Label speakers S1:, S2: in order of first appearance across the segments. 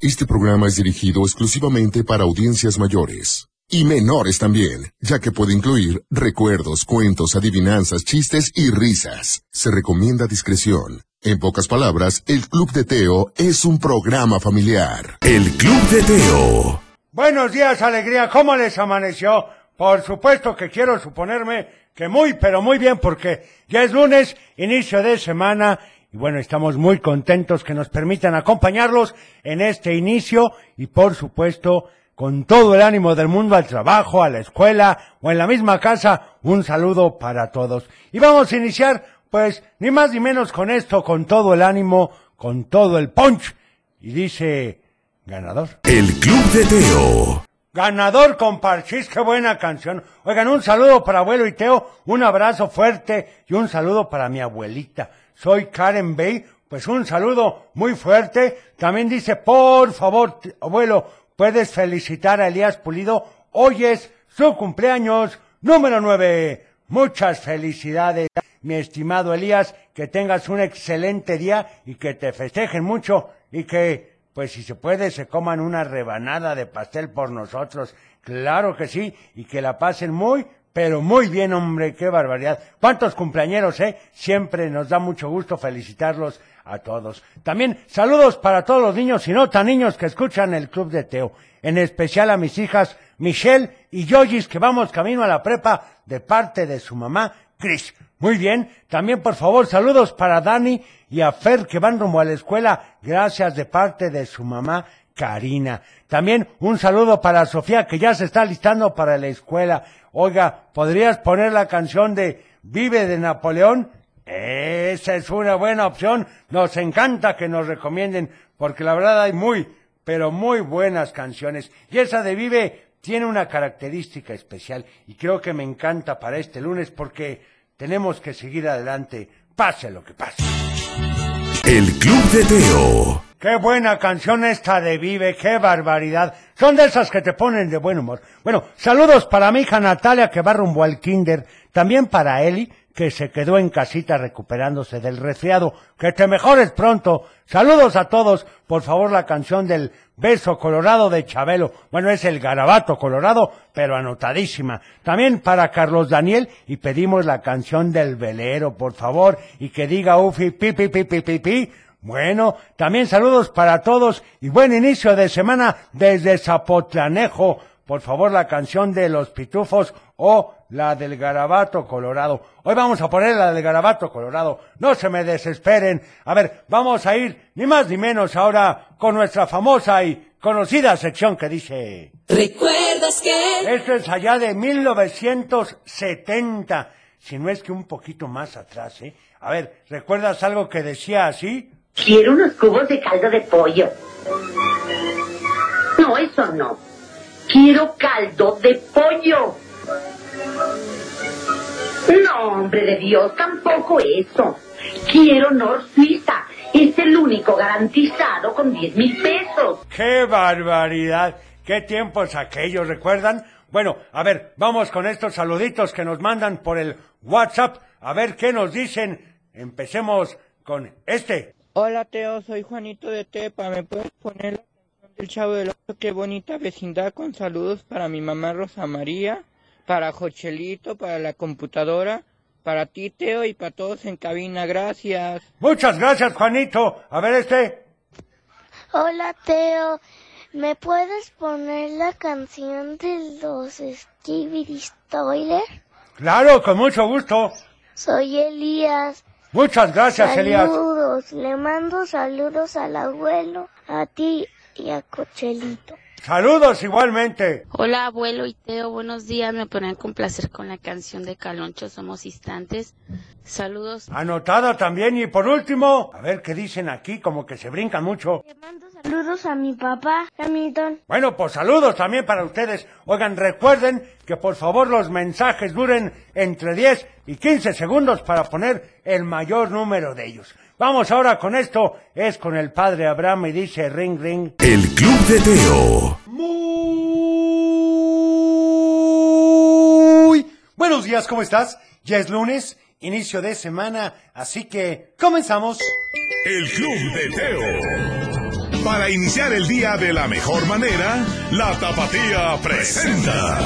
S1: Este programa es dirigido exclusivamente para audiencias mayores. Y menores también, ya que puede incluir recuerdos, cuentos, adivinanzas, chistes y risas. Se recomienda discreción. En pocas palabras, el Club de Teo es un programa familiar.
S2: El Club de Teo.
S3: Buenos días, alegría. ¿Cómo les amaneció? Por supuesto que quiero suponerme que muy, pero muy bien, porque ya es lunes, inicio de semana, y bueno, estamos muy contentos que nos permitan acompañarlos en este inicio y por supuesto con todo el ánimo del mundo al trabajo, a la escuela o en la misma casa, un saludo para todos. Y vamos a iniciar pues ni más ni menos con esto, con todo el ánimo, con todo el punch. Y dice, ganador.
S2: El Club de Teo.
S3: Ganador con Parchís, qué buena canción. Oigan, un saludo para abuelo y Teo, un abrazo fuerte y un saludo para mi abuelita. Soy Karen Bay, pues un saludo muy fuerte. También dice, por favor, t- abuelo, puedes felicitar a Elías Pulido. Hoy es su cumpleaños número nueve. Muchas felicidades, mi estimado Elías, que tengas un excelente día y que te festejen mucho y que pues si se puede, se coman una rebanada de pastel por nosotros. Claro que sí, y que la pasen muy, pero muy bien, hombre, qué barbaridad. ¿Cuántos cumpleañeros, eh? Siempre nos da mucho gusto felicitarlos a todos. También saludos para todos los niños y no tan niños que escuchan el Club de Teo. En especial a mis hijas Michelle y Yoyis, que vamos camino a la prepa de parte de su mamá, Chris. Muy bien, también por favor saludos para Dani y a Fer que van rumbo a la escuela, gracias de parte de su mamá Karina. También un saludo para Sofía que ya se está listando para la escuela. Oiga, ¿podrías poner la canción de Vive de Napoleón? Esa es una buena opción, nos encanta que nos recomienden, porque la verdad hay muy, pero muy buenas canciones. Y esa de Vive tiene una característica especial y creo que me encanta para este lunes porque tenemos que seguir adelante, pase lo que pase.
S2: El Club de Teo.
S3: Qué buena canción esta de Vive, qué barbaridad. Son de esas que te ponen de buen humor. Bueno, saludos para mi hija Natalia que va rumbo al kinder, también para Eli que se quedó en casita recuperándose del resfriado. Que te mejores pronto. Saludos a todos. Por favor, la canción del Beso Colorado de Chabelo. Bueno, es el garabato colorado, pero anotadísima. También para Carlos Daniel y pedimos la canción del velero, por favor, y que diga Ufi, pi, pi, pi, pi, pi, pi. Bueno, también saludos para todos y buen inicio de semana desde Zapotlanejo. Por favor, la canción de los pitufos o la del garabato colorado. Hoy vamos a poner la del garabato colorado. No se me desesperen. A ver, vamos a ir ni más ni menos ahora con nuestra famosa y conocida sección que dice...
S4: ¿Recuerdas que?
S3: Esto es allá de 1970, si no es que un poquito más atrás, ¿eh? A ver, ¿recuerdas algo que decía así?
S5: Quiero unos cubos de caldo de pollo. No, eso no. Quiero caldo de pollo. No, hombre de Dios, tampoco eso. Quiero Nor Suiza. Es el único garantizado con 10 mil pesos.
S3: ¡Qué barbaridad! ¡Qué tiempos aquellos, recuerdan? Bueno, a ver, vamos con estos saluditos que nos mandan por el WhatsApp, a ver qué nos dicen. Empecemos con este.
S6: Hola Teo, soy Juanito de Tepa. ¿Me puedes poner la canción del Chavo del Ocho? Qué bonita vecindad con saludos para mi mamá Rosa María, para Jochelito, para la computadora, para ti Teo y para todos en cabina. Gracias.
S3: Muchas gracias, Juanito. A ver este.
S7: Hola Teo, ¿me puedes poner la canción de los Skibidi Toiler?
S3: Claro, con mucho gusto.
S7: Soy Elías.
S3: Muchas gracias, Elías.
S7: Saludos, le mando saludos al abuelo, a ti y a Cochelito.
S3: Saludos igualmente.
S8: Hola abuelo y Teo, buenos días. Me ponen con placer con la canción de Caloncho, Somos Instantes. Saludos.
S3: Anotada también y por último, a ver qué dicen aquí, como que se brinca mucho.
S7: Le mando saludos a mi papá, Hamilton.
S3: Bueno, pues saludos también para ustedes. Oigan, recuerden que por favor los mensajes duren entre 10 y 15 segundos para poner el mayor número de ellos. Vamos ahora con esto, es con el padre Abraham y dice ring ring.
S2: El Club de Teo.
S9: Muy buenos días, ¿cómo estás? Ya es lunes, inicio de semana, así que comenzamos.
S2: El Club de Teo. Para iniciar el día de la mejor manera, la Tapatía presenta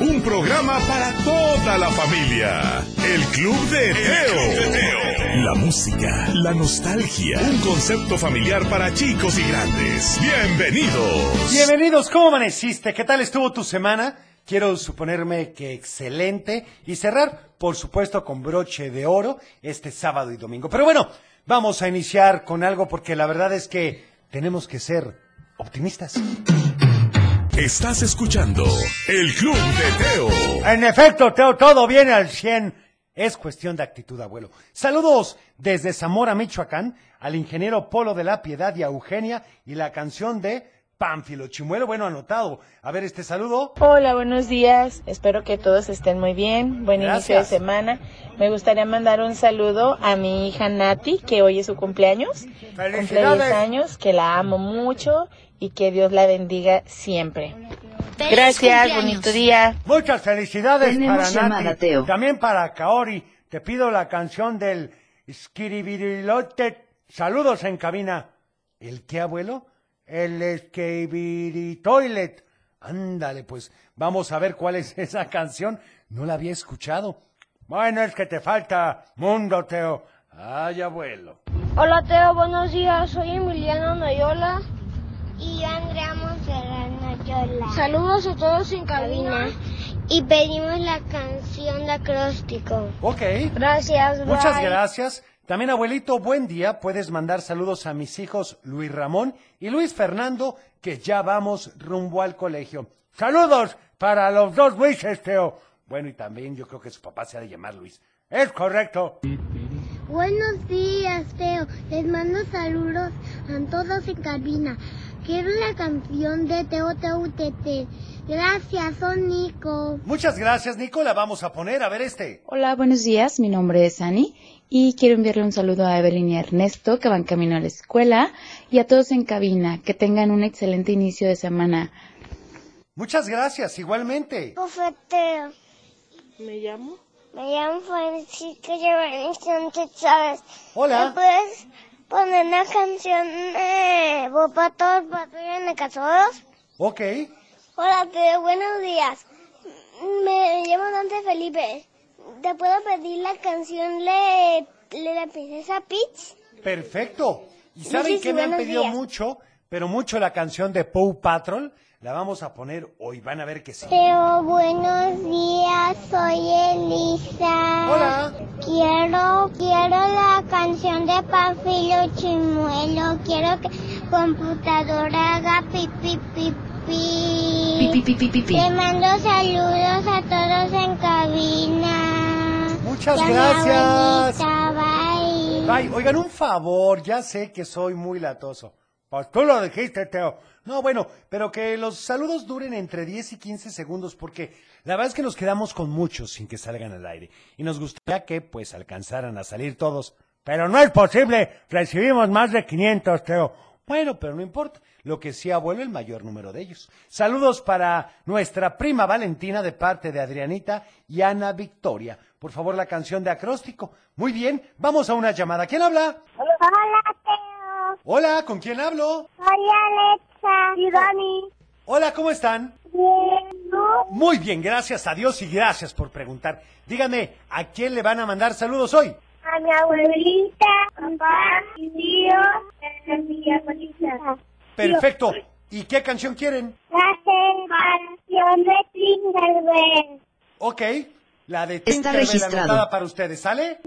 S2: un programa para toda la familia. El Club de Teo. La música, la nostalgia, un concepto familiar para chicos y grandes. Bienvenidos.
S10: Bienvenidos, ¿cómo amaneciste? ¿Qué tal estuvo tu semana? Quiero suponerme que excelente y cerrar, por supuesto, con broche de oro este sábado y domingo. Pero bueno, vamos a iniciar con algo porque la verdad es que tenemos que ser optimistas.
S2: Estás escuchando El Club de Teo.
S3: En efecto, Teo, todo viene al 100. Es cuestión de actitud, abuelo. Saludos desde Zamora, Michoacán, al ingeniero Polo de la Piedad y a Eugenia y la canción de Pánfilo Chimuelo. Bueno, anotado. A ver este saludo.
S6: Hola, buenos días. Espero que todos estén muy bien. Buen inicio de
S3: Gracias.
S6: semana. Me gustaría mandar un saludo a mi hija Nati, que hoy es su cumpleaños. Cumple 10
S3: ¡Felicidades!
S6: años, que la amo mucho y que Dios la bendiga siempre. Gracias, bonito día.
S3: Muchas felicidades
S11: Tenemos
S3: para
S11: llamada,
S3: Nati.
S11: Teo.
S3: También para Kaori. Te pido la canción del Skiribirilote. Saludos en cabina. ¿El qué, abuelo? El Skiribiritoilet. Ándale, pues vamos a ver cuál es esa canción. No la había escuchado. Bueno, es que te falta mundo, Teo. Ay, abuelo.
S7: Hola Teo, buenos días. Soy Emiliano Noyola. Y Andrea Monserrat Noyola. Saludos a todos en cabina. Y pedimos la canción de acróstico.
S3: Ok.
S7: Gracias,
S3: Muchas gracias. También, abuelito, buen día. Puedes mandar saludos a mis hijos Luis Ramón y Luis Fernando, que ya vamos rumbo al colegio. Saludos para los dos Luises, Teo. Bueno, y también yo creo que su papá se ha de llamar Luis. Es correcto.
S7: Buenos días, Teo. Les mando saludos a todos en cabina. Quiero la canción de Teo Teo Tete. Gracias, son Nico.
S3: Muchas gracias, Nicola. Vamos a poner, a ver este.
S12: Hola, buenos días. Mi nombre es Ani y quiero enviarle un saludo a Evelyn y a Ernesto que van camino a la escuela y a todos en cabina. Que tengan un excelente inicio de semana.
S3: Muchas gracias, igualmente.
S7: Profe Teo,
S6: Me llamo
S7: me llamo Francisco Giovanni Sánchez Chávez. ¿Me
S3: Hola.
S7: puedes poner una canción de Bopa todos patrullan de casados?
S3: Ok.
S7: Hola, Teo, buenos días. Me llamo Dante Felipe. ¿Te puedo pedir la canción de, de la princesa Peach?
S3: Perfecto. ¿Y saben
S7: Muchis,
S3: que me han
S7: buenos
S3: pedido
S7: días.
S3: mucho? Pero mucho la canción de Pow Patrol. La vamos a poner hoy. Van a ver que sí.
S7: Teo, buenos días, soy Elisa.
S3: Hola.
S7: Quiero, quiero la canción de Pafilo Chimuelo. Quiero que computadora haga pipi pipi. Pi, pi, pi, Te mando saludos a todos en cabina.
S3: Muchas
S7: Llama
S3: gracias.
S7: bonita, bye.
S3: Ay, oigan, un favor, ya sé que soy muy latoso. Pues tú lo dijiste, Teo. No, bueno, pero que los saludos duren entre 10 y 15 segundos porque la verdad es que nos quedamos con muchos sin que salgan al aire. Y nos gustaría que, pues, alcanzaran a salir todos. Pero no es posible. Recibimos más de 500, Teo. Bueno, pero no importa. Lo que sí abuelo el mayor número de ellos. Saludos para nuestra prima Valentina de parte de Adrianita y Ana Victoria. Por favor, la canción de acróstico. Muy bien, vamos a una llamada. ¿Quién habla?
S7: Hola, Teo.
S3: Hola, ¿con quién hablo?
S7: Soy Alexa. Y Dani.
S3: Hola, ¿cómo están?
S7: Bien. ¿Tú?
S3: Muy bien, gracias a Dios y gracias por preguntar. Dígame, ¿a quién le van a mandar saludos hoy?
S7: A mi abuelita, papá, mi tío, a mi abuelita.
S3: Perfecto. ¿Y qué canción quieren?
S7: La separación de Tinkerbell.
S3: Ok, la de
S11: Está
S3: Tinkerbell
S11: registrado.
S3: anotada para ustedes, ¿sale?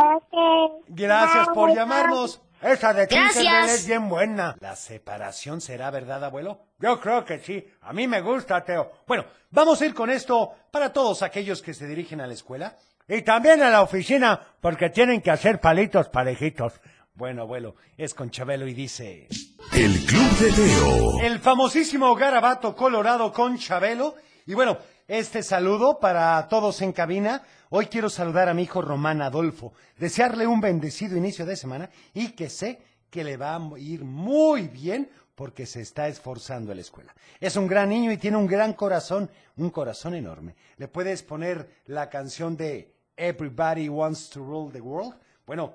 S7: Que, que-
S3: Gracias por
S7: Bye,
S3: llamarnos. Esa de Tinkerbell
S11: Gracias.
S3: es bien buena. La separación será verdad, abuelo. Yo creo que sí. A mí me gusta, Teo. Bueno, vamos a ir con esto para todos aquellos que se dirigen a la escuela y también a la oficina porque tienen que hacer palitos parejitos. Bueno, abuelo, es con Chabelo y dice...
S2: El Club de Teo.
S3: El famosísimo garabato colorado con Chabelo. Y bueno, este saludo para todos en cabina. Hoy quiero saludar a mi hijo Román Adolfo, desearle un bendecido inicio de semana y que sé que le va a ir muy bien porque se está esforzando en la escuela. Es un gran niño y tiene un gran corazón, un corazón enorme. ¿Le puedes poner la canción de Everybody Wants to Rule the World? Bueno,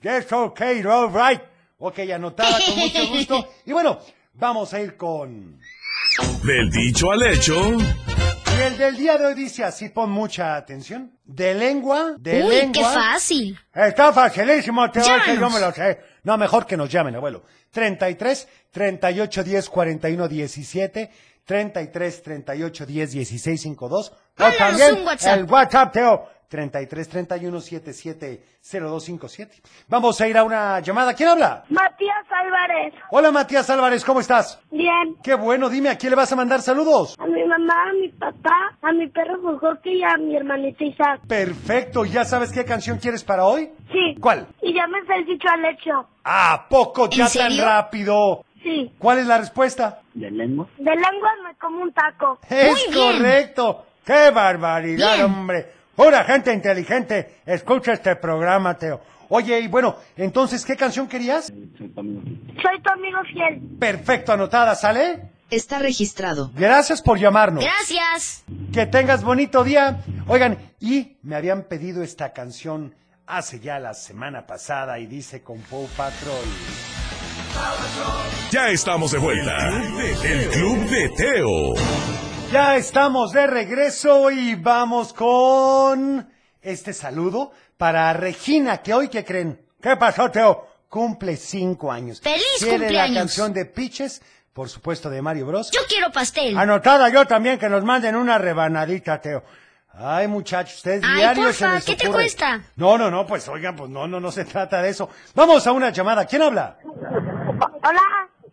S3: Yes, okay, all right. Ok, anotada con mucho gusto. Y bueno, vamos a ir con...
S2: Del dicho al hecho.
S3: Y el del día de hoy dice así, pon mucha atención. De lengua, de
S13: Uy,
S3: lengua.
S13: qué fácil.
S3: Está facilísimo, te doy que yo
S13: Llámanos.
S3: me lo sé. No, mejor que nos llamen, abuelo. 33 38 10 41 17 33 38 10 16 52 o
S13: Mándanos
S3: también
S13: un WhatsApp.
S3: el WhatsApp, Teo. 33 31 77 0257. Vamos a ir a una llamada. ¿Quién habla?
S14: Matías Álvarez.
S3: Hola Matías Álvarez, ¿cómo estás?
S14: Bien.
S3: Qué bueno, dime, ¿a quién le vas a mandar saludos?
S14: A mi mamá, a mi papá, a mi perro Jojoque y a mi hermanito Isaac.
S3: Perfecto, ¿ya sabes qué canción quieres para hoy?
S14: Sí.
S3: ¿Cuál?
S14: Y ya me has dicho al hecho.
S3: ¿A poco ya
S14: ¿En
S3: tan
S14: serio?
S3: rápido?
S14: Sí.
S3: ¿Cuál es la respuesta? ¿De lengua?
S14: De lengua me como un taco.
S3: Es correcto. ¡Qué barbaridad,
S14: Bien.
S3: hombre! Una gente inteligente, escucha este programa, Teo. Oye, y bueno, entonces, ¿qué canción querías?
S14: Soy tu amigo fiel.
S3: Perfecto, anotada, ¿sale?
S13: Está registrado.
S3: Gracias por llamarnos.
S13: Gracias.
S3: Que tengas bonito día. Oigan, y me habían pedido esta canción hace ya la semana pasada y dice con Paw Patrol.
S2: Ya estamos de vuelta. El Club de Teo.
S3: Ya estamos de regreso y vamos con este saludo para Regina, que hoy, ¿qué creen? ¿Qué pasó, Teo? Cumple cinco años.
S13: ¡Feliz
S3: Quiere
S13: cumpleaños!
S3: la canción de Piches, por supuesto, de Mario Bros.
S13: Yo quiero pastel.
S3: Ah, Anotada yo también, que nos manden una rebanadita, Teo. Ay, muchachos, ustedes
S13: Ay,
S3: diario
S13: porfa,
S3: se les
S13: ¿qué te
S3: ocurre.
S13: cuesta?
S3: No, no, no, pues oigan, pues no, no, no se trata de eso. Vamos a una llamada. ¿Quién habla?
S14: Hola.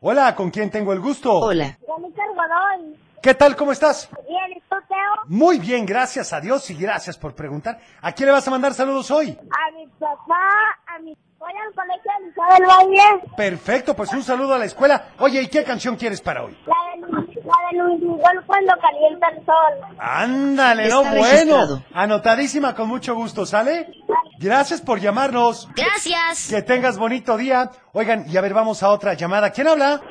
S3: Hola, ¿con quién tengo el gusto? Hola.
S14: Juanita Algodón.
S3: ¿Qué tal? ¿Cómo estás?
S14: Bien, ¿y tú, Teo?
S3: Muy bien, gracias a Dios y gracias por preguntar. ¿A quién le vas a mandar saludos hoy?
S14: A mi papá, a mi... Voy al colegio de Isabel Valle.
S3: Perfecto, pues un saludo a la escuela. Oye, ¿y qué canción quieres para hoy?
S14: La de Luis, la de Luis Miguel cuando calienta el sol.
S3: Ándale,
S14: Está
S3: no bueno.
S14: registrado.
S3: Anotadísima con mucho gusto, ¿sale? Gracias por llamarnos.
S13: Gracias.
S3: Que tengas bonito día. Oigan, y a ver, vamos a otra llamada. ¿Quién habla?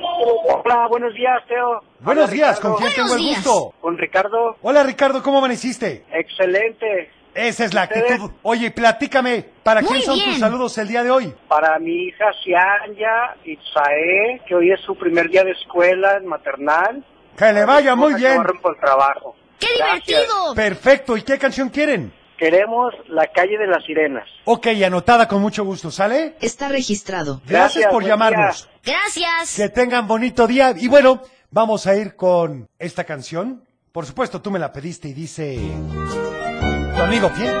S15: Hola, buenos días, Teo.
S3: Buenos
S15: Hola,
S3: días,
S15: Ricardo.
S3: ¿con quién tengo el gusto?
S15: Con Ricardo.
S3: Hola Ricardo, ¿cómo amaneciste?
S15: Excelente.
S3: Esa es la
S15: ¿Ustedes?
S3: actitud. Oye, platícame, ¿para
S15: Muy
S3: quién son
S15: bien.
S3: tus saludos el día de hoy?
S15: Para mi hija Cianya Itzae, que hoy es su primer día de escuela en maternal.
S3: Que le vaya muy bien.
S15: Corren por el trabajo. ¡Qué divertido!
S3: Perfecto, ¿y qué canción quieren?
S15: Queremos la calle de las sirenas.
S3: Ok, anotada con mucho gusto, ¿sale?
S13: Está registrado.
S3: Gracias, por
S15: buen
S3: llamarnos.
S13: Gracias.
S3: Que tengan bonito día. Y bueno, vamos a ir con esta canción. Por supuesto, tú me la pediste y dice... Tu amigo fiel.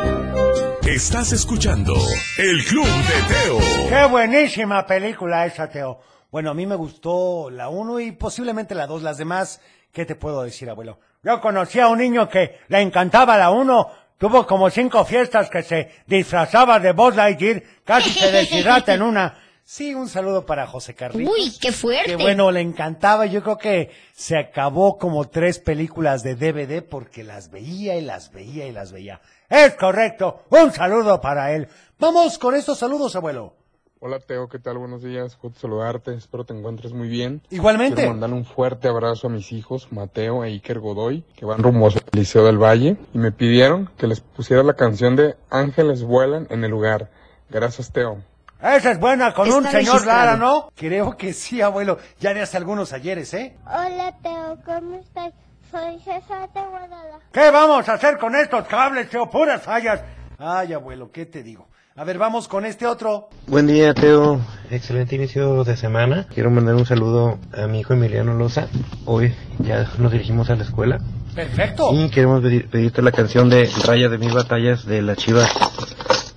S2: Estás escuchando El Club de Teo.
S3: Qué buenísima película esa, Teo. Bueno, a mí me gustó la 1 y posiblemente la 2. Las demás, ¿qué te puedo decir, abuelo? Yo conocí a un niño que le encantaba la 1. Tuvo como cinco fiestas que se disfrazaba de Buzz Lightyear. Casi se deshidrata en una. Sí, un saludo para José Carlitos.
S13: Uy, qué fuerte.
S3: Que bueno, le encantaba. Yo creo que se acabó como tres películas de DVD porque las veía y las veía y las veía. Es correcto. Un saludo para él. Vamos con estos saludos, abuelo.
S16: Hola Teo, ¿qué tal? Buenos días, gusto saludarte, espero te encuentres muy bien.
S3: Igualmente.
S16: Quiero mandar un fuerte abrazo a mis hijos, Mateo e Iker Godoy, que van rumbo al Liceo del Valle, y me pidieron que les pusiera la canción de Ángeles vuelan en el lugar. Gracias Teo.
S3: Ah, Esa es buena con
S16: Está
S3: un señor
S16: registrado.
S3: Lara, ¿no? Creo que sí, abuelo. Ya de hace algunos ayeres, ¿eh?
S7: Hola, Teo, ¿cómo estás? Soy César de Guadalajara.
S3: ¿Qué vamos a hacer con estos cables, tío? Puras fallas. Ay, abuelo, ¿qué te digo? A ver, vamos con este otro.
S6: Buen día, Teo. Excelente inicio de semana. Quiero mandar un saludo a mi hijo Emiliano Loza. Hoy ya nos dirigimos a la escuela.
S3: Perfecto.
S6: Y queremos pedir- pedirte la canción de Raya de mis batallas de las Chivas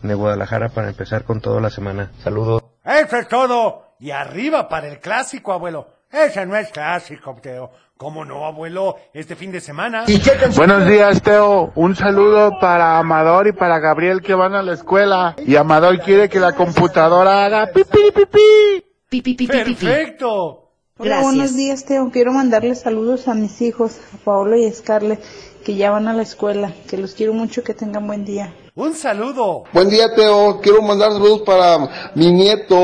S6: de Guadalajara para empezar con toda la semana. Saludos.
S3: Eso es todo. Y arriba para el clásico, abuelo. Ese no es clásico, Teo. ¿Cómo no, abuelo? Este fin de semana.
S17: Buenos días, Teo. Un saludo para Amador y para Gabriel que van a la escuela. Y Amador quiere que la computadora haga pipi, pipi.
S18: Pipi,
S3: Perfecto.
S18: Hola, buenos días, Teo. Quiero mandarle saludos a mis hijos, a Paolo y a Scarlett, que ya van a la escuela. Que los quiero mucho, que tengan buen día.
S3: Un saludo.
S19: Buen día, Teo. Quiero mandar saludos para mi nieto,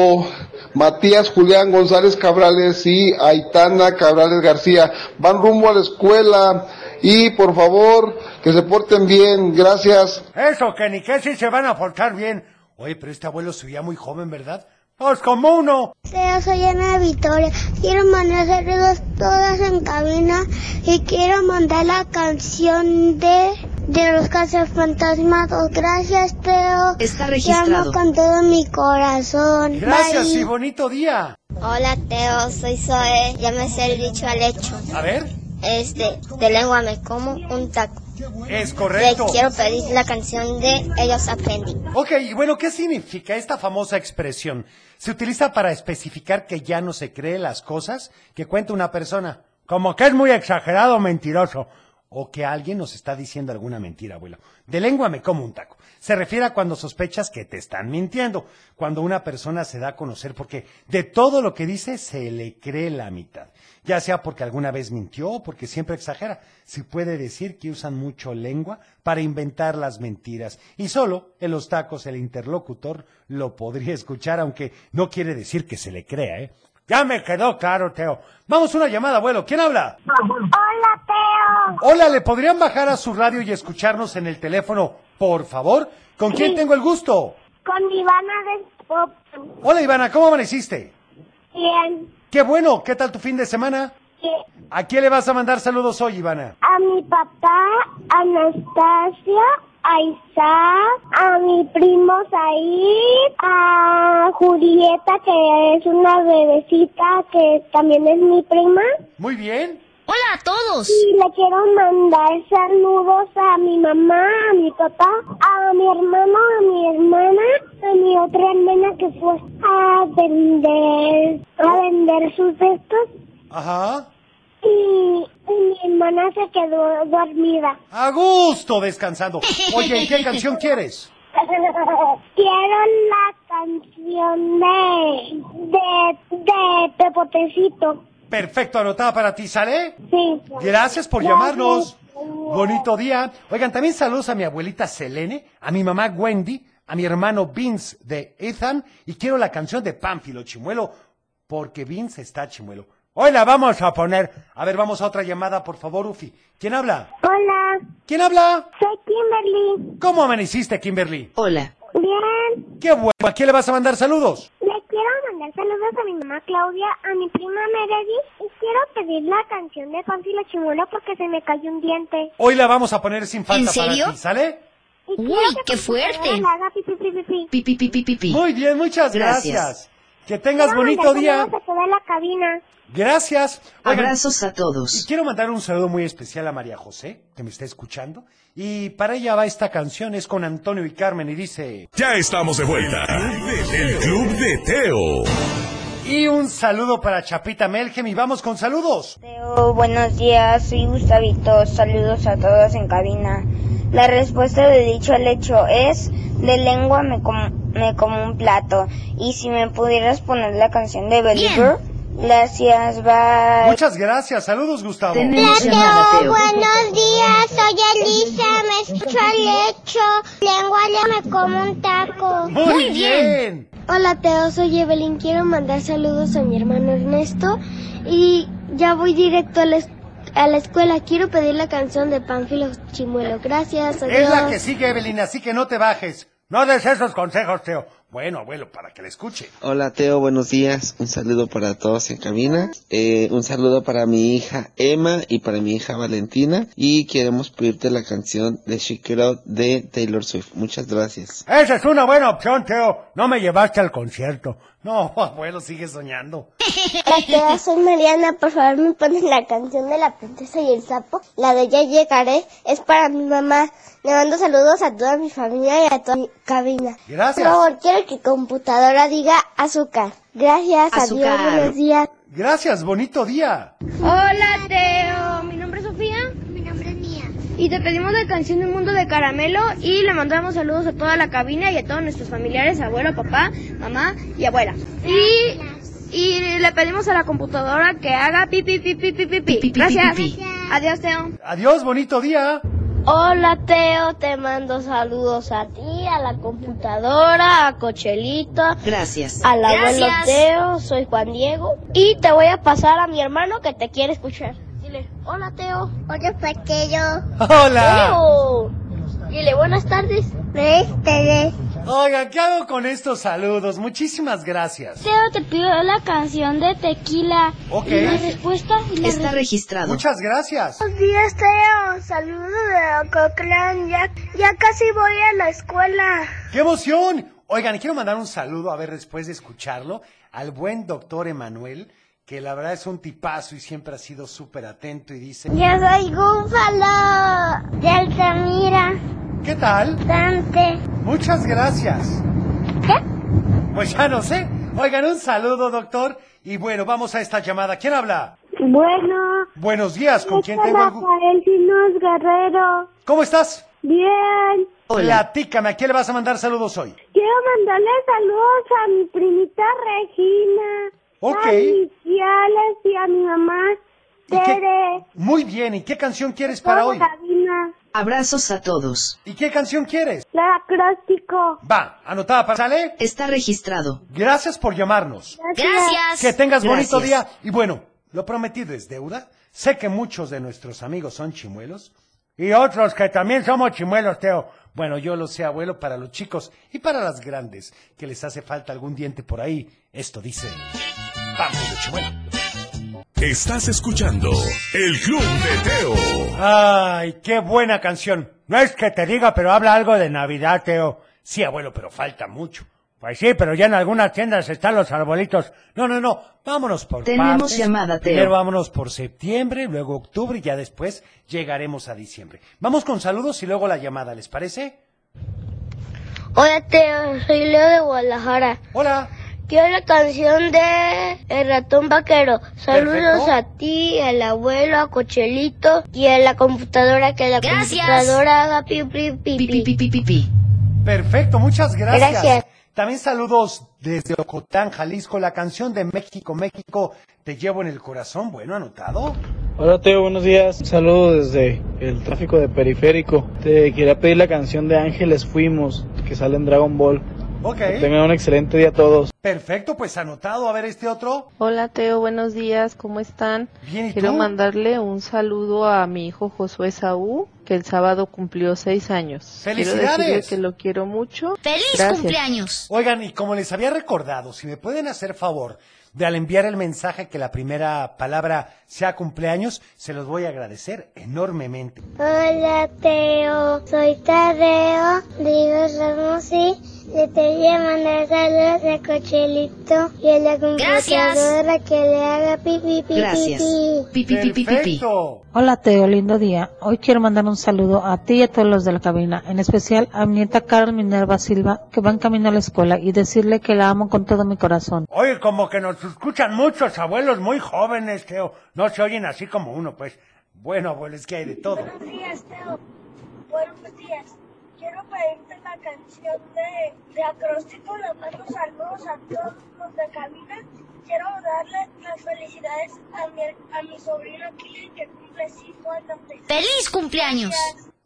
S19: Matías Julián González Cabrales y Aitana Cabrales García. Van rumbo a la escuela y por favor, que se porten bien. Gracias.
S3: Eso, que ni que si se van a portar bien. Oye, pero este abuelo se veía muy joven, ¿verdad?
S20: Todos como uno.
S7: Yo soy Ana Victoria. Quiero mandar saludos todas en cabina y quiero mandar la canción de de los cazafantasmados. Gracias, Teo.
S13: Está
S7: Te
S13: registrado.
S7: amo con todo mi corazón.
S3: Gracias
S7: Bye.
S3: y bonito día.
S7: Hola, Teo. Soy Zoe. Ya me sé el dicho al hecho.
S3: A ver,
S7: Este, de lengua me como un taco.
S3: es correcto.
S7: pedir la canción de Ellos Aprendí.
S3: Ok, y bueno, ¿qué significa esta famosa expresión? Se utiliza para especificar que ya no se cree las cosas que cuenta una persona.
S20: Como que es muy exagerado, mentiroso.
S3: o que alguien nos está diciendo alguna mentira, abuelo. De lengua me como un taco. Se refiere a cuando sospechas que te están mintiendo, cuando una persona se da a conocer porque de todo lo que dice se le cree la mitad. Ya sea porque alguna vez mintió o porque siempre exagera. Se puede decir que usan mucho lengua para inventar las mentiras y solo en los tacos el interlocutor lo podría escuchar, aunque no quiere decir que se le crea, ¿eh?
S20: Ya me quedó claro, Teo. Vamos a una llamada, abuelo. ¿Quién habla?
S14: Hola, Teo.
S3: Hola, ¿le podrían bajar a su radio y escucharnos en el teléfono, por favor? ¿Con quién tengo el gusto?
S14: Con Ivana del Pop.
S3: Hola, Ivana, ¿cómo amaneciste?
S14: Bien.
S3: Qué bueno, ¿qué tal tu fin de semana? ¿A quién le vas a mandar saludos hoy, Ivana?
S14: A mi papá, Anastasia, a Isaac, a mi primo Said, a Julieta, que es una bebecita que también es mi prima.
S3: Muy bien.
S13: Hola a todos.
S14: Y le quiero mandar saludos a mi mamá, a mi papá, a mi hermano, a mi hermana, a mi otra hermana que fue a vender, a vender sus cestos
S3: Ajá.
S14: y, y mi hermana se quedó dormida.
S3: A gusto descansando. Oye, ¿y qué canción quieres?
S14: Quiero la canción de, de, de Tepotecito.
S3: Perfecto, anotada para ti, ¿sale?
S14: Sí.
S3: Gracias por llamarnos. Bonito día. Oigan, también saludos a mi abuelita Selene, a mi mamá Wendy, a mi hermano Vince de Ethan y quiero la canción de Pánfilo Chimuelo porque Vince está chimuelo. Hoy la vamos a poner. A ver, vamos a otra llamada, por favor, Ufi. ¿Quién habla?
S14: Hola,
S3: ¿Quién habla?
S14: soy Kimberly.
S3: ¿Cómo amaneciste, Kimberly?
S13: Hola.
S14: Bien.
S3: Qué bueno. ¿A quién le vas a mandar saludos?
S14: Le quiero mandar saludos a mi mamá Claudia, a mi prima Meredith y quiero pedir la canción de Pánfilo Chimuelo porque se me cayó un diente.
S3: Hoy la vamos a poner sin falta
S13: ¿En serio?
S3: para ti, ¿sale?
S14: Y
S13: Uy,
S14: quiero que
S13: qué
S14: mi
S13: fuerte.
S14: computadora la haga pi, pi, pi, pi, pi.
S13: Pi, pi, pi, pi, pi, pi.
S3: Muy bien, muchas gracias.
S13: Gracias.
S3: Que tengas
S14: Quiero
S3: bonito
S14: mandar
S3: día.
S14: saludos a toda la cabina.
S3: Gracias. Oigan,
S13: Abrazos a
S3: Y
S13: todos.
S3: quiero mandar un saludo muy especial a María José, que me está escuchando. Y para ella va esta canción, es con Antonio y Carmen, y dice...
S2: Ya estamos de vuelta. El Club de Teo.
S3: Y un saludo para Chapita Melgem, y vamos con saludos.
S21: buenos días, soy Gustavito. Saludos a todos en cabina. La respuesta de dicho al hecho es: de lengua me, com- me como un plato. Y si me pudieras poner la canción de Believer, gracias, bye.
S3: Muchas gracias, saludos Gustavo.
S13: Tenemos llamada, Teo.
S7: Buenos días, soy Elisa, me escucho al hecho. Lengua ya me como un taco.
S3: Muy bien.
S7: Hola Teo, soy Evelyn. Quiero mandar saludos a mi hermano Ernesto y ya voy directo a la, es- a la escuela. Quiero pedir la canción de Pánfilo Chimuelo. Gracias, adiós.
S3: Es la que sigue, Evelyn, así que no te bajes.
S20: No des esos consejos, Teo. Bueno, abuelo, para que le escuche.
S22: Hola Teo, buenos días. Un saludo para todos en cabina. Eh, un saludo para mi hija Emma y para mi hija Valentina. Y queremos pedirte la canción de Shake It Out de Taylor Swift. Muchas gracias.
S20: Esa es una buena opción, Teo. No me llevaste al concierto.
S3: No, abuelo, sigue soñando.
S7: Hola Teo, soy Mariana. Por favor, me pones la canción de la princesa y el sapo. La de Ya llegaré es para mi mamá. Le mando saludos a toda mi familia y a toda mi cabina.
S3: Gracias.
S7: Por favor, quiero que computadora diga azúcar. Gracias,
S13: Azúcar.
S7: adiós, buenos días.
S3: Gracias, bonito día.
S23: Hola Teo, mi nombre es Sofía. Mi nombre es Mía. Y te pedimos la canción de Mundo de Caramelo y le mandamos saludos a toda la cabina y a todos nuestros familiares, abuelo, papá, mamá y abuela. Y, y le pedimos a la computadora que haga pi pi pi pi pi pi pi. Gracias.
S13: pi, pi.
S23: Adiós Teo.
S3: Adiós, bonito día.
S23: Hola Teo, te mando saludos a ti, a la computadora, a Cochelito,
S13: Gracias.
S23: al abuelo
S13: Gracias.
S23: Teo, soy Juan Diego y te voy a pasar a mi hermano que te quiere escuchar. Dile, hola Teo.
S7: Hola,
S14: pues,
S7: pequeño.
S3: Hola.
S23: Teo. Dile, buenas tardes.
S7: Buenas tardes.
S3: Oigan, ¿qué hago con estos saludos? Muchísimas gracias.
S7: Teo te pidió la canción de Tequila.
S3: Ok.
S7: Y la respuesta la
S3: Está
S7: re-
S3: registrado. Muchas gracias.
S14: Buenos días, Teo. Saludos de Ocotlán. Ya, ya casi voy a la escuela.
S3: ¡Qué emoción! Oigan, quiero mandar un saludo, a ver, después de escucharlo, al buen doctor Emanuel, que la verdad es un tipazo y siempre ha sido súper atento y dice...
S7: Yo soy Gúfalo de Altamira.
S3: ¿Qué tal?
S7: Dante.
S3: Muchas gracias. ¿Qué? Pues ya no sé. Oigan, un saludo, doctor. Y bueno, vamos a esta llamada. ¿Quién habla?
S14: Bueno,
S3: Buenos días, Pues, ¿con quién
S14: soy
S3: tengo el gu-
S14: Rafael Sinos Guerrero.
S3: ¿Cómo estás?
S14: Bien.
S3: Platícame, ¿a quién le vas a mandar saludos hoy?
S14: Quiero mandarle saludos a mi primita Regina.
S3: Ok.
S14: A mis tíales y a mi mamá
S3: ¿Y qué-
S14: Tere.
S3: Muy bien, ¿y qué canción quieres para hoy?
S14: Sabina.
S3: Abrazos a todos. ¿Y qué canción quieres?
S14: La acróstico.
S3: Va, anotada para sale. Está registrado. Gracias por llamarnos.
S14: Gracias.
S3: Que tengas bonito
S14: Gracias.
S3: día. Y bueno, lo prometido es deuda. Sé que muchos de nuestros amigos son chimuelos.
S20: Y otros que también somos chimuelos, Teo.
S3: Bueno, yo lo sé, abuelo, para los chicos y para las grandes, que les hace falta algún diente por ahí. Esto dice. Vamos de chimuelo.
S2: Estás escuchando El Club de Teo.
S20: Ay, qué buena canción. No es que te diga, pero habla algo de Navidad, Teo. Sí, abuelo, pero falta mucho. Pues sí, pero ya en algunas tiendas están los arbolitos. No, no, no. Vámonos por
S3: Tenemos
S20: partes.
S3: llamada, Teo.
S20: Primero
S3: vámonos por septiembre, luego octubre y ya después llegaremos a diciembre. Vamos con saludos y luego la llamada, ¿les parece?
S13: Hola, Teo. Soy Leo de Guadalajara.
S3: Hola.
S13: Quiero la canción de El ratón vaquero. Saludos
S14: Perfecto.
S13: a ti, al abuelo, a Cochelito y a la computadora. Que la
S14: Gracias.
S13: computadora haga pi, pi, pi, pi.
S3: Perfecto, muchas gracias.
S13: Gracias.
S3: También saludos desde Ocotán, Jalisco, la canción de México, México, te llevo en el corazón. Bueno, anotado.
S1: Hola Teo, buenos días. Un saludo desde el tráfico de periférico. Te quería pedir la canción de Ángeles Fuimos, que sale en Dragon Ball.
S3: Ok.
S1: Que tengan un excelente día a todos.
S3: Perfecto, pues anotado. A ver este otro.
S4: Hola Teo, buenos días, ¿cómo están?
S3: Bien, ¿y
S4: Quiero
S3: tú?
S4: mandarle un saludo a mi hijo Josué Saúl, que el sábado cumplió seis años. Quiero decirle
S3: ¡Felicidades!
S4: que lo quiero mucho.
S13: ¡Feliz
S4: Gracias.
S3: Oigan, y como les había recordado, si me pueden hacer favor de al enviar el mensaje que la primera palabra sea cumpleaños, se los voy a agradecer enormemente.
S7: Hola, Teo. Soy Tadeo. Digo Ramos y le te voy a mandar saludos a Cochelito y a la computadora que le haga pipi pipi.
S13: Gracias.
S7: Pi, pi, pi, pi, pi, pi.
S3: Perfecto.
S12: Hola Teo, lindo día. Hoy quiero mandar un saludo a ti y a todos los de la cabina, en especial a mi nieta Carol Minerva Silva, que va en camino a la escuela, y decirle que la amo con todo mi corazón.
S20: Oye, como que nos escuchan muchos abuelos muy jóvenes, Teo. No se oyen así como uno, pues. Bueno, abuelo, es que hay de todo.
S14: Buenos días, Teo. Buenos días. Quiero pedirte la canción de, de acróstico. Le mando saludos a todos los de cabina. Quiero darle las felicidades a mi, a mi sobrino Kilian que cumple 5 años.
S13: ¡Feliz cumpleaños!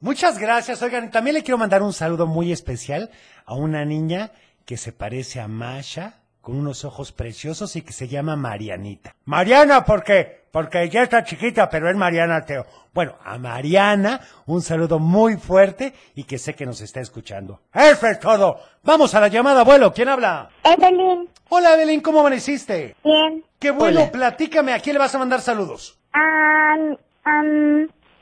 S3: Muchas gracias, oigan, y también le quiero mandar un saludo muy especial a una niña que se parece a Masha, con unos ojos preciosos y que se llama Marianita.
S20: Mariana, ¿por qué? Porque ya está chiquita, pero es Mariana, Teo.
S3: Bueno, a Mariana, un saludo muy fuerte y que sé que nos está escuchando.
S20: Eso es todo.
S3: Vamos a la llamada, abuelo, ¿quién habla?
S14: Evelyn,
S3: Hola, Evelyn, ¿cómo amaneciste?
S14: bien.
S3: Qué bueno,
S14: Hola.
S3: platícame, ¿a quién le vas a mandar saludos?
S14: A, a-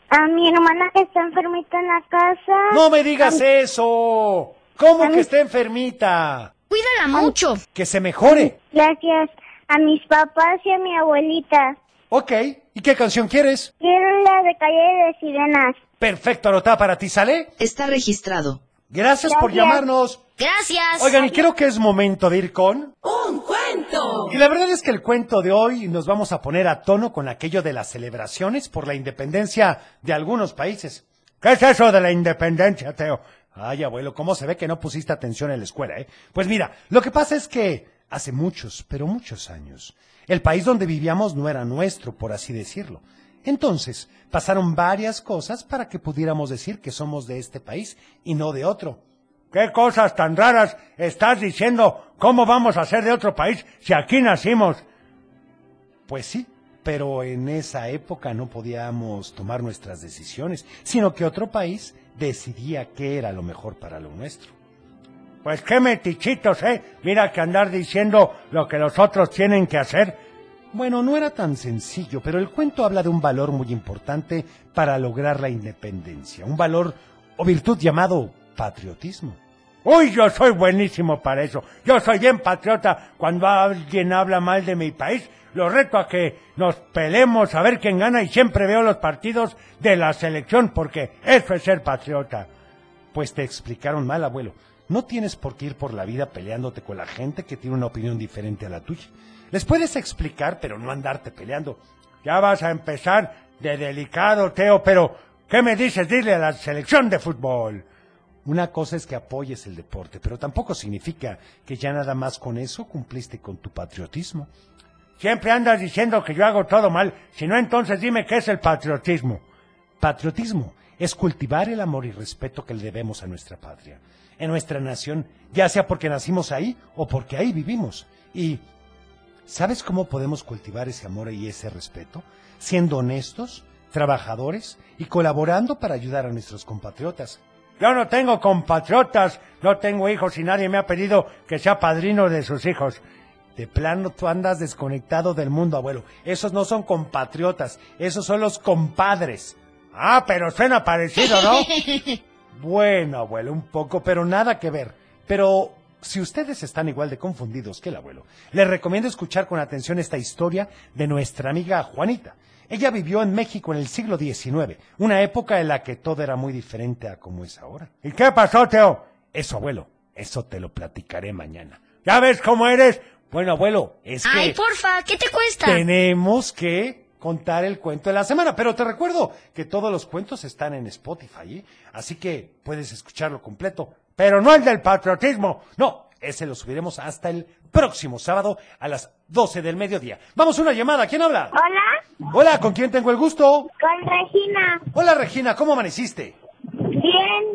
S14: a mi hermana que está enfermita en la casa.
S3: No me digas
S14: A-
S3: eso. ¿Cómo que está enfermita?
S14: Cuídala mucho.
S3: Que se mejore.
S14: Gracias a mis papás y a mi abuelita.
S3: Ok, ¿y qué canción quieres?
S14: Quiero la de Calle de Sirenas.
S3: Perfecto, anotada para ti, ¿sale? Está registrado. Gracias, por
S14: Gracias.
S3: llamarnos.
S14: Gracias.
S3: Oigan, y creo que es momento de ir con...
S14: un cuento.
S3: Y la verdad es que el cuento de hoy nos vamos a poner a tono con aquello de las celebraciones por la independencia de algunos países.
S20: ¿Qué es eso de la independencia, Teo?
S3: Ay, abuelo, ¿cómo se ve que no pusiste atención en la escuela, eh? Pues mira, lo que pasa es que hace muchos, pero muchos años, el país donde vivíamos no era nuestro, por así decirlo. Entonces, pasaron varias cosas para que pudiéramos decir que somos de este país y no de otro.
S20: ¿Qué cosas tan raras estás diciendo? ¿Cómo vamos a ser de otro país si aquí nacimos?
S3: Pues sí, pero en esa época no podíamos tomar nuestras decisiones, sino que otro país decidía qué era lo mejor para lo nuestro.
S20: Pues qué metichitos, ¿eh? Mira que andar diciendo lo que los otros tienen que hacer.
S3: Bueno, no era tan sencillo, pero el cuento habla de un valor muy importante para lograr la independencia, un valor o virtud llamado patriotismo.
S20: Uy, yo soy buenísimo para eso. Yo soy bien patriota. Cuando alguien habla mal de mi país, lo reto a que nos peleemos a ver quién gana y siempre veo los partidos de la selección porque eso es ser patriota.
S3: Pues te explicaron mal, abuelo. No tienes por qué ir por la vida peleándote con la gente que tiene una opinión diferente a la tuya. Les puedes explicar, pero no andarte peleando.
S20: Ya vas a empezar de delicado, Teo, pero ¿qué me dices? Dile a la selección de fútbol.
S3: Una cosa es que apoyes el deporte, pero tampoco significa que ya nada más con eso cumpliste con tu patriotismo.
S20: Siempre andas diciendo que yo hago todo mal, si no entonces dime qué es el patriotismo.
S3: Patriotismo es cultivar el amor y respeto que le debemos a nuestra patria, en nuestra nación, ya sea porque nacimos ahí o porque ahí vivimos. Y ¿sabes cómo podemos cultivar ese amor y ese respeto? Siendo honestos, trabajadores y colaborando para ayudar a nuestros compatriotas.
S20: Yo no tengo compatriotas, no tengo hijos y nadie me ha pedido que sea padrino de sus hijos.
S3: De plano tú andas desconectado del mundo, abuelo. Esos no son compatriotas, esos son los compadres.
S20: Ah, pero suena parecido, ¿no?
S3: bueno, abuelo, un poco, pero nada que ver. Pero si ustedes están igual de confundidos que el abuelo, les recomiendo escuchar con atención esta historia de nuestra amiga Juanita. Ella vivió en México en el siglo XIX, una época en la que todo era muy diferente a como es ahora.
S20: ¿Y qué pasó, Teo?
S3: Eso, abuelo, eso te lo platicaré mañana.
S20: ¿Ya ves cómo eres? Bueno, abuelo, es que...
S24: Ay, porfa, ¿qué te cuesta?
S3: Tenemos que contar el cuento de la semana, pero te recuerdo que todos los cuentos están en Spotify, ¿eh? así que puedes escucharlo completo.
S20: Pero no el del patriotismo, no,
S3: ese lo subiremos hasta el próximo sábado a las 12 del mediodía. Vamos a una llamada, ¿quién habla?
S8: Hola.
S3: Hola, ¿con quién tengo el gusto?
S8: Con Regina.
S3: Hola Regina, ¿cómo amaneciste?
S8: Bien,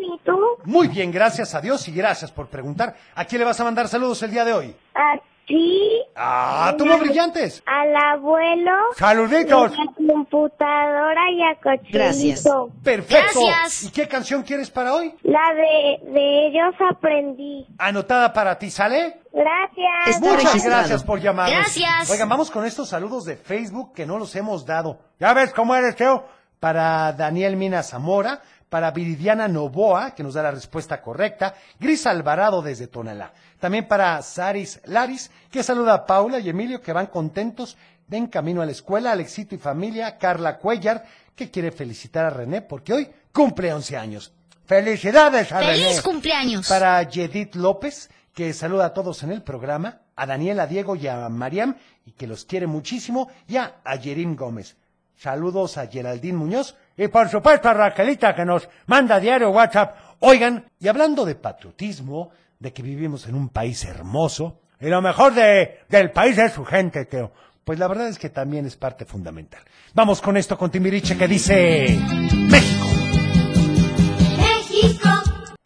S8: ¿y tú?
S3: Muy bien, gracias a Dios y gracias por preguntar. ¿A quién le vas a mandar saludos el día de hoy?
S8: A ti.
S3: Ah, tú no brillantes.
S8: Al abuelo.
S3: Saluditos.
S8: Y a la computadora y a Cochinito.
S24: Gracias.
S3: Perfecto.
S24: Gracias.
S3: ¿Y qué canción quieres para hoy?
S8: La de, de ellos aprendí.
S3: Anotada para ti, ¿sale?
S8: Gracias.
S24: Está
S3: Muchas
S24: registrado.
S3: gracias por llamarnos.
S24: Gracias.
S3: Oigan, vamos con estos saludos de Facebook que no los hemos dado.
S20: ¿Ya ves cómo eres, Teo?
S3: Para Daniel Mina Zamora, para Viridiana Novoa, que nos da la respuesta correcta, Gris Alvarado desde Tonalá. También para Saris Laris, que saluda a Paula y Emilio, que van contentos de en camino a la escuela, Alexito y familia, Carla Cuellar, que quiere felicitar a René porque hoy cumple 11 años.
S20: ¡Felicidades a
S24: ¡Feliz
S20: René!
S24: cumpleaños!
S3: Para Yedith López, que saluda a todos en el programa, a Daniel, a Diego y a Mariam, y que los quiere muchísimo, y a Ayerim Gómez. Saludos a Geraldine Muñoz.
S20: Y por supuesto a Raquelita que nos manda diario WhatsApp.
S3: Oigan, y hablando de patriotismo, de que vivimos en un país hermoso,
S20: Y lo mejor de, del país es su gente, Teo.
S3: pues la verdad es que también es parte fundamental. Vamos con esto con Timbiriche que dice México.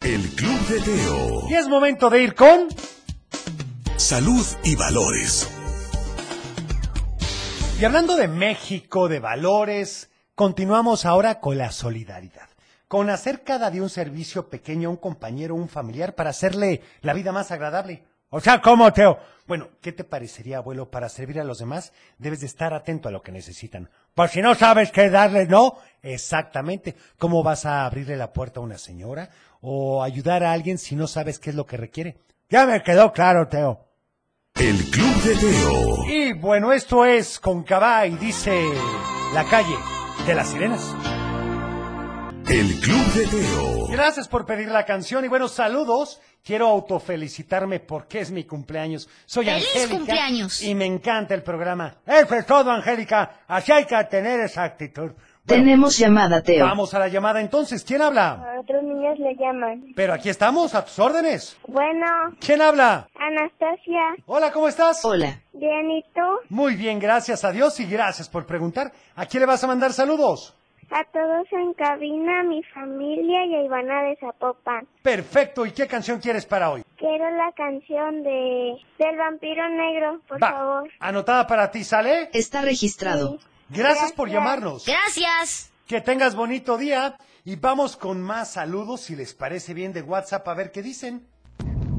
S2: El Club de Teo.
S3: Y es momento de ir con...
S2: Salud y valores.
S3: Y hablando de México, de valores, continuamos ahora con la solidaridad, con hacer cada día un servicio pequeño a un compañero o un familiar para hacerle la vida más agradable.
S20: O sea, ¿cómo, Teo?
S3: Bueno, ¿qué te parecería, abuelo? Para servir a los demás debes de estar atento a lo que necesitan.
S20: Por si no sabes qué darle, ¿no?
S3: Exactamente. ¿Cómo vas a abrirle la puerta a una señora o ayudar a alguien si no sabes qué es lo que requiere?
S20: Ya me quedó claro, Teo.
S2: El Club de Teo.
S3: Y bueno, esto es Concabá y dice la calle de las sirenas.
S2: El Club de Teo.
S3: Gracias por pedir la canción y buenos saludos. Quiero autofelicitarme porque es mi cumpleaños. Soy
S24: ¡Feliz
S3: Angélica
S24: cumpleaños!
S3: y me encanta el programa.
S20: Eso es todo, Angélica. Así hay que tener esa actitud.
S24: Tenemos llamada, Teo.
S3: Vamos a la llamada entonces. ¿Quién habla?
S8: A otros niños le llaman.
S3: Pero aquí estamos, a tus órdenes.
S8: Bueno,
S3: ¿Quién habla?
S8: Anastasia,
S3: Hola, ¿cómo estás?
S24: Hola.
S8: bien, ¿y tú?
S3: Muy bien, gracias a Dios y gracias por preguntar. ¿A quién le vas a mandar saludos?
S8: A todos en cabina, a mi familia y a Ivana de Zapopan.
S3: Perfecto, ¿y qué canción quieres para hoy?
S8: Quiero la canción de del vampiro negro, por
S3: Va,
S8: favor.
S3: anotada para ti, ¿sale?
S24: Está registrado.
S3: Gracias por llamarnos.
S24: Gracias.
S3: Que tengas bonito día y vamos con más saludos si les parece bien de WhatsApp a ver qué dicen.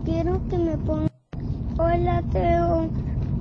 S7: Quiero que me pongas. Hola, Teo.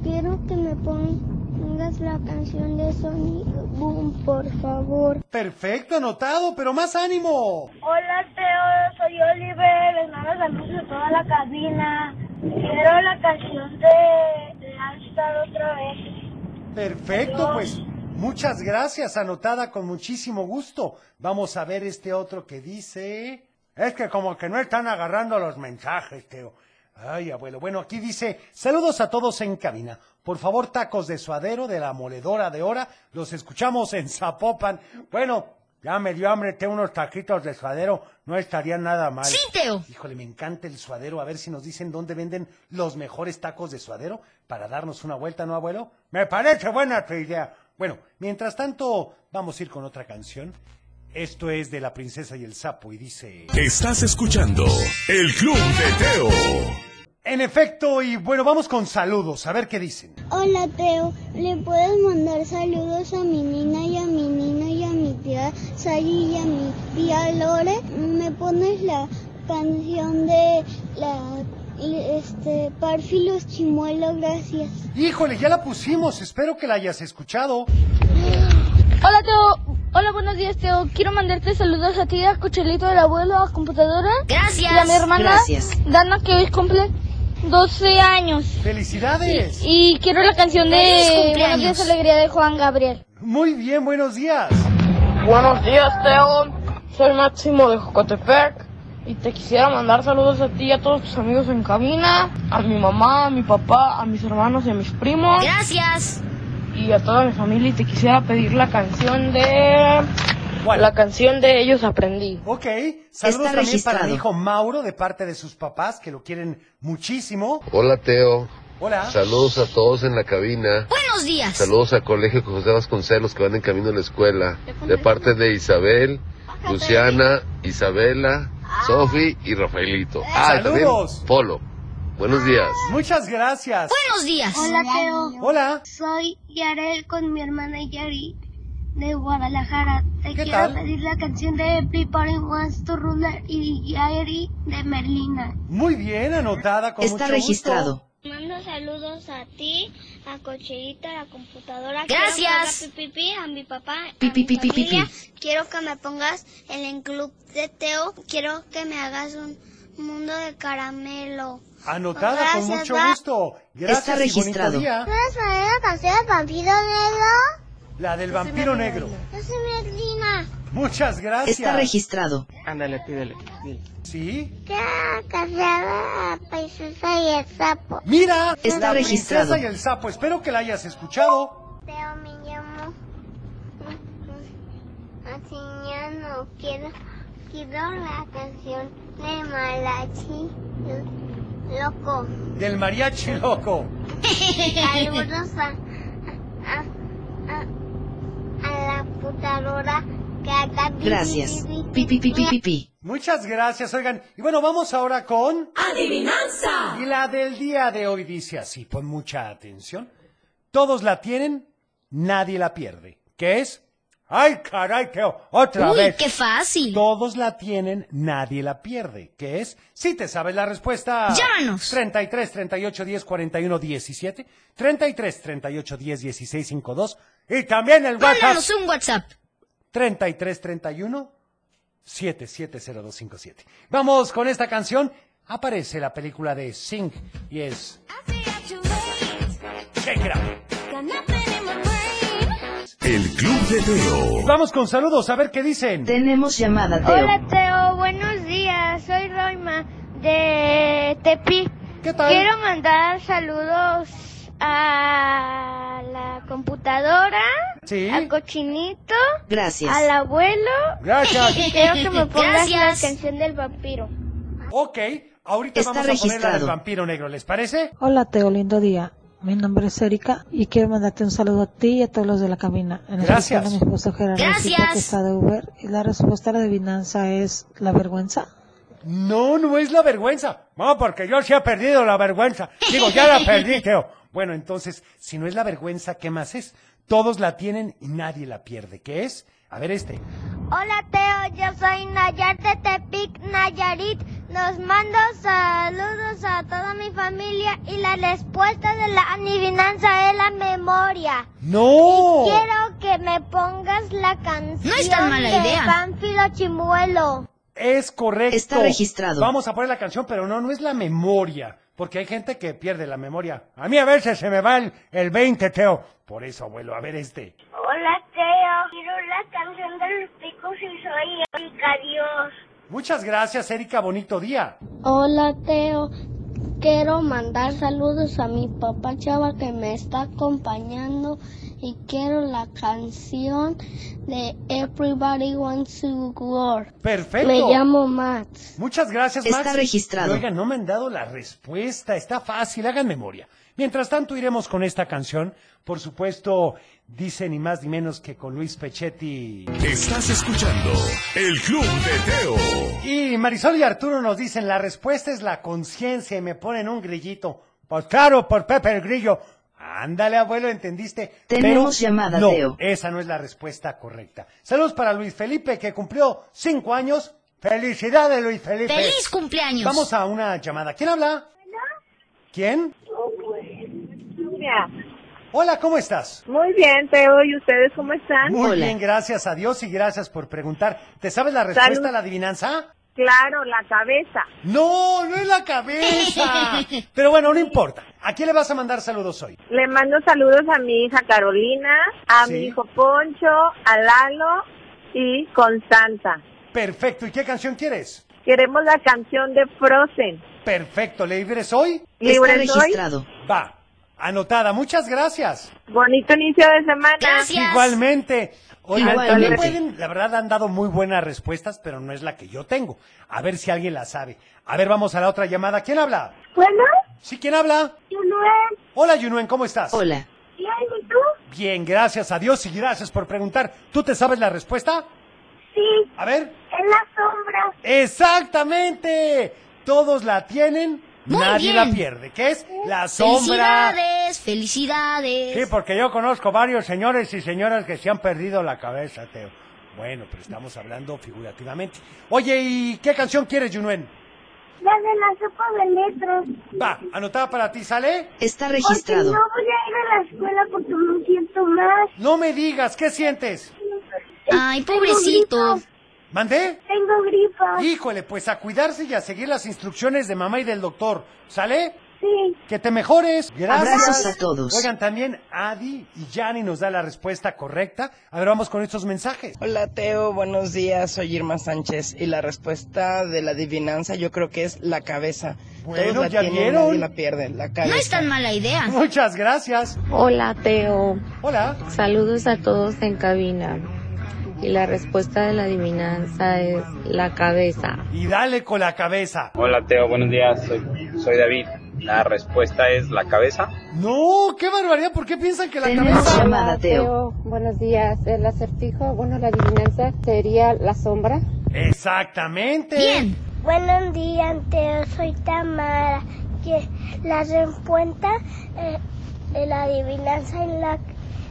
S7: Quiero que me pongas la canción de Sonic Boom, por favor.
S3: Perfecto, anotado, pero más ánimo.
S14: Hola Teo, soy Oliver, les mando saludos de toda la cabina. Quiero la canción de Lanzar otra vez.
S3: Perfecto, pues muchas gracias, anotada con muchísimo gusto. Vamos a ver este otro que dice...
S20: Es que como que no están agarrando los mensajes, Teo.
S3: Ay, abuelo. Bueno, aquí dice, saludos a todos en cabina. Por favor, tacos de suadero de la moledora de hora. Los escuchamos en Zapopan. Bueno,
S20: Ya me dio hambre, Teo, unos taquitos de suadero. No estaría nada mal.
S3: Sí, Teo. Híjole, me encanta el suadero. A ver si nos dicen dónde venden los mejores tacos de suadero para darnos una vuelta, ¿no, abuelo?
S20: Me parece buena tu idea.
S3: Bueno, mientras tanto, vamos a ir con otra canción. Esto es de La Princesa y el Sapo y dice...
S2: Estás escuchando El Club de Teo.
S3: En efecto, y bueno, vamos con saludos, a ver qué dicen.
S7: Hola, Teo. ¿Le puedes mandar saludos a mi nina y a mi nino y a mi tía Sally y a mi tía Lore? ¿Me pones la canción de la... Este, Párfilos Chimuelo, gracias.
S3: Híjole, ya la pusimos, espero que la hayas escuchado.
S5: Hola Teo, hola buenos días Teo, quiero mandarte saludos a ti, a Cochelito, del abuelo, a computadora.
S24: Gracias.
S5: Y a mi hermana
S24: Gracias.
S5: Dana que hoy cumple 12 años.
S3: ¡Felicidades!
S5: Y, y quiero la canción
S3: ¡Feliz
S5: de
S3: cumpleaños!
S5: Buenos días Alegría de Juan Gabriel.
S3: Muy bien, buenos días.
S25: Buenos días, Teo. Soy Máximo de Jocotepec y te quisiera mandar saludos a ti y a todos tus amigos en cabina, a mi mamá, a mi papá, a mis hermanos y a mis primos.
S24: Gracias.
S25: Y a toda mi familia y te quisiera pedir la canción de... La canción de Ellos Aprendí.
S3: Ok, Saludos también para mi
S25: registrado.
S3: hijo Mauro de parte de sus papás que lo quieren muchísimo.
S26: Hola Teo.
S3: Hola.
S26: Saludos a todos en la cabina.
S24: Buenos días.
S26: Saludos a Colegio José Vasconcelos que van en camino a la escuela. De parte de Isabel, Luciana, Isabela,
S24: Ah.
S26: Sofi y Rafaelito. Ah, y también
S3: Saludos.
S26: Polo. Buenos días.
S3: Muchas gracias.
S24: Buenos días.
S7: Hola, Teo.
S3: Hola.
S7: Soy Yarel con mi hermana Yari de Guadalajara. Te
S3: ¿Qué
S7: quiero
S3: tal?
S7: pedir la canción de Everybody Wants to Ruler y Yari de Merlina.
S3: Muy bien, anotada con
S7: Está
S3: mucho
S7: registrado.
S3: gusto.
S14: Mando saludos a ti, a Cocherito, a la computadora.
S24: Gracias.
S14: Quiero mandar pipipi a mi papá. a
S24: Pipi,
S14: mi
S24: pipi,
S14: familia.
S24: pipi.
S14: Quiero que me pongas en el club de Teo. Quiero que me hagas un mundo de caramelo.
S3: Anotada con
S14: Gracias,
S3: mucho
S14: va.
S3: gusto. Gracias
S14: Está
S3: y bonito
S14: registrado.
S3: día.
S7: ¿Puedes poner la canción de Vampiro Negro?
S3: La del vampiro negro.
S7: Yo soy Merlina.
S3: Muchas gracias.
S24: Está registrado.
S3: Ándale, pídele. ¿Sí?
S7: Quiero que se haga la princesa y el sapo.
S3: Mira,
S7: Está
S3: la
S7: registrado.
S3: princesa y el sapo. Espero que la hayas escuchado.
S7: Teo, me llamo. mm, Así ya no quiero. Quiero la canción de Malachi. mm, Loco.
S3: Del mariachi loco.
S7: Saludos a, a, a- a la computadora que haga pi,
S24: Gracias.
S7: pi, pi,
S24: Pipi, pipi, pipi.
S3: Muchas gracias, oigan. Y bueno, vamos ahora con...
S24: Adivinanza.
S3: Y la del día de hoy dice así, pon mucha atención. Todos la tienen, nadie la pierde. ¿Qué es? ¡Ay, caray, Teo! ¡Otra
S24: Uy,
S3: vez!
S24: qué fácil.
S3: Todos la tienen, nadie la pierde. ¿Qué es? Si te sabes la respuesta.
S24: Llámanos.
S3: 33 38 10 41 17, 33 38 10 16 52 y también el WhatsApp
S24: Mándanos un WhatsApp.
S3: 33 31 770257. Vamos con esta canción. Aparece la película de Sing y es Shake It Up.
S2: El Club de Teo.
S3: Vamos con saludos a ver qué dicen.
S24: Tenemos llamada,
S14: Hola Teo, buenos días. Soy Roima de Tepi.
S3: ¿Qué tal?
S14: Quiero mandar saludos a la computadora,
S3: Sí.
S24: Ah,
S14: al cochinito,
S24: Gracias.
S14: al abuelo.
S3: Gracias.
S14: Y quiero que me pongas
S24: Gracias.
S14: la canción del vampiro.
S3: Ok, ahorita
S24: Está
S3: vamos a poner la del
S24: registrado.
S3: vampiro negro, ¿les parece?
S12: Hola Teo, lindo día. Mi nombre es Erika y quiero mandarte un saludo a ti y a todos los de la cabina. En
S3: Gracias.
S12: especial a mi esposo Gerardo
S24: Gracias.
S12: que está de Uber. Y la respuesta a la adivinanza es la vergüenza.
S3: No, no es la vergüenza. No, porque yo sí he perdido la vergüenza. Digo, ya la perdí, Teo. Bueno, entonces, si no es la vergüenza, ¿qué más es? Todos la tienen y nadie la pierde. ¿Qué es? A ver este.
S7: Hola Teo, yo soy Nayar de Tepic, Nayarit. Nos mando saludos a toda mi familia y la respuesta de la adivinanza es la memoria.
S3: ¡No!
S7: Quiero que me pongas la canción
S24: No es tan mala
S7: de
S24: idea.
S7: Pánfilo Chimuelo.
S3: Es correcto.
S24: Está registrado.
S3: Vamos a poner la canción, pero no, no es la memoria. Porque hay gente que pierde la memoria.
S20: A mí a veces se me va el, el 20, Teo.
S3: Por eso, abuelo, a ver este.
S8: Hola, Teo. Quiero la canción de los picos y soy Erika Dios.
S3: Muchas gracias, Erika. Bonito día.
S15: Hola Teo, quiero mandar saludos a mi papá Chava que me está acompañando y quiero la canción de Everybody Wants to Work.
S3: Perfecto.
S15: Me llamo Max.
S3: Muchas gracias,
S15: Está
S3: Max.
S15: registrado.
S3: Oigan, no me han dado la respuesta. Está fácil, hagan memoria. Mientras tanto, iremos con esta canción. Por supuesto, dice ni más ni menos que con Luis Pechetti.
S2: Estás escuchando El Club de Teo.
S3: Y Marisol y Arturo nos dicen, la respuesta es la conciencia y me ponen un grillito. Pues claro, por Pepe el Grillo. Ándale, abuelo, entendiste.
S24: Tenemos llamada,
S3: no,
S24: Teo.
S3: esa no es la respuesta correcta. Saludos para Luis Felipe, que cumplió cinco años. ¡Felicidades, Luis Felipe!
S24: ¡Feliz cumpleaños!
S3: Vamos a una llamada. ¿Quién habla? ¿Quién? Hola, ¿cómo estás?
S16: Muy bien, Teo, ¿y ustedes cómo están?
S3: Muy bien, gracias a Dios y gracias por preguntar. ¿Te sabes la respuesta
S16: Salud.
S3: a la adivinanza?
S16: Claro, la cabeza.
S3: No, no es la cabeza. Pero bueno, no importa. ¿A quién le vas a mandar saludos hoy?
S16: Le mando saludos a mi hija Carolina, a
S3: Sí.
S16: mi hijo Poncho, a Lalo y Constanza.
S3: Perfecto. ¿Y qué canción quieres?
S16: Queremos la canción de Frozen.
S3: Perfecto. ¿Libres hoy?
S16: ¿Libre Está soy? registrado.
S3: Va. Anotada. Muchas gracias.
S16: Bonito inicio de semana.
S3: Igualmente. Oigan, también
S16: Igualmente.
S3: pueden, la verdad han dado muy buenas respuestas, pero no es la que yo tengo. A ver si alguien la sabe. A ver, vamos a la otra llamada. ¿Quién habla?
S16: Bueno,
S3: ¿Sí, quién habla?
S16: Yunuen.
S3: Hola, Yunuen, ¿cómo estás? Hola.
S16: Bien, ¿y tú?
S3: Bien, gracias a Dios y gracias por preguntar. ¿Tú te sabes la respuesta?
S16: Sí,
S3: A ver.
S16: en la sombra.
S3: Exactamente. Todos la tienen,
S24: Muy
S3: nadie
S24: bien.
S3: la pierde, que es la sombra.
S24: ¡Felicidades! ¡Felicidades!
S3: Sí, porque yo conozco varios señores y señoras que se han perdido la cabeza, Teo. Bueno, pero estamos hablando figurativamente. Oye, ¿y qué canción quieres, Junuen?
S16: La de la sopa de letras.
S3: Va, anotada para ti, ¿sale?
S24: Está
S16: Porque no voy a ir a la escuela porque no siento más.
S3: No me digas, ¿qué sientes?
S24: Ay, pobrecito.
S3: ¿Mandé?
S16: Tengo gripa.
S3: Híjole, pues a cuidarse y a seguir las instrucciones de mamá y del doctor, ¿sale?
S16: Sí.
S3: Que te mejores. Gracias.
S24: Abrazos a todos.
S3: Oigan, también Adi y Yani nos da la respuesta correcta. A ver, vamos con estos mensajes.
S6: Hola Teo, buenos días, soy Irma Sánchez y la respuesta de la adivinanza yo creo que es la cabeza.
S3: Bueno,
S6: Todos la
S3: ya
S6: tienen,
S3: vieron.
S6: nadie la pierde, la cabeza.
S24: tan mala idea.
S3: Muchas gracias.
S4: Hola, Teo.
S3: Hola.
S4: Saludos a todos en cabina. Y la respuesta de la adivinanza es la cabeza.
S3: Y dale con la cabeza.
S27: Hola Teo, buenos días, soy, soy David. La respuesta es la cabeza.
S3: No, qué barbaridad, ¿por qué piensan que la cabeza...
S27: llamada, Teo.
S28: Buenos días. El acertijo, bueno, la adivinanza sería la sombra.
S3: Exactamente.
S7: Buenos días, Teo. Soy Tamara. Que la respuesta eh, de la adivinanza en la,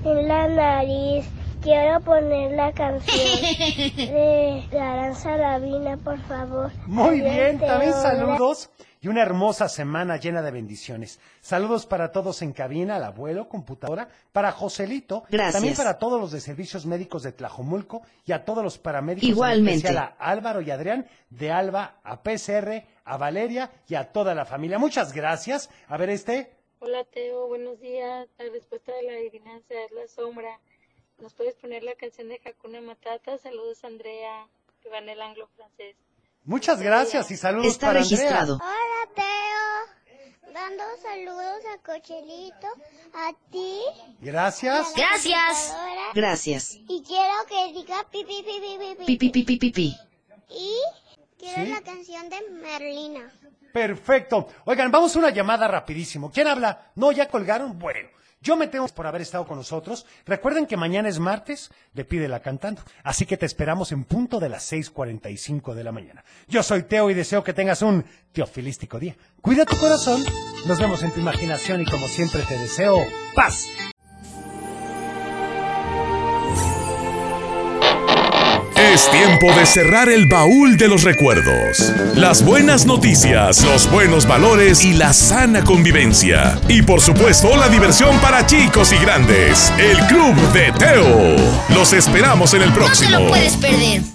S7: en la nariz. Quiero poner la canción de la Aranza Lavina, por favor.
S3: Muy
S7: Adiós,
S3: bien, también
S7: Teo.
S3: saludos y una hermosa semana llena de bendiciones. Saludos para todos en cabina, al abuelo, computadora, para Joselito,
S24: Gracias.
S3: también para todos los de servicios médicos de Tlajomulco y a todos los paramédicos, en
S24: Igualmente.
S3: especial a Álvaro y Adrián, de Alba a PCR, a Valeria y a toda la familia. Muchas gracias. A ver este.
S28: Hola, Teo. Buenos días. La respuesta de la adivinanza es la sombra. ¿Nos puedes poner la canción de Hakuna Matata? Saludos, Andrea, que va en el anglo francés.
S3: Muchas gracias y saludos
S28: Está
S3: para
S28: registrado.
S3: Andrea.
S7: Hola, Teo. Dando saludos a Cochelito, a ti.
S3: Gracias.
S7: a la computadora,
S24: Gracias.
S7: Y quiero que diga pi pi pi pi pi, pi.
S24: Pi, pi, pi, pi, pi, pi.
S7: Y quiero
S3: Sí.
S7: la canción de Merlina.
S3: Perfecto. Oigan, vamos a una llamada rapidísimo. ¿Quién habla? No, ya colgaron. Bueno, yo me tengo por haber estado con nosotros. Recuerden que mañana es martes de Pídela Cantando. Así que te esperamos en punto de las 6.45 de la mañana. Yo soy Teo y deseo que tengas un teofilístico día. Cuida tu corazón. Nos vemos en tu imaginación y como siempre te deseo paz.
S2: Es tiempo de cerrar el baúl de los recuerdos. Las buenas noticias, los buenos valores y la sana convivencia. Y por supuesto, la diversión para chicos y grandes. El Club de Teo. Los esperamos en el próximo.
S24: Puedes perder.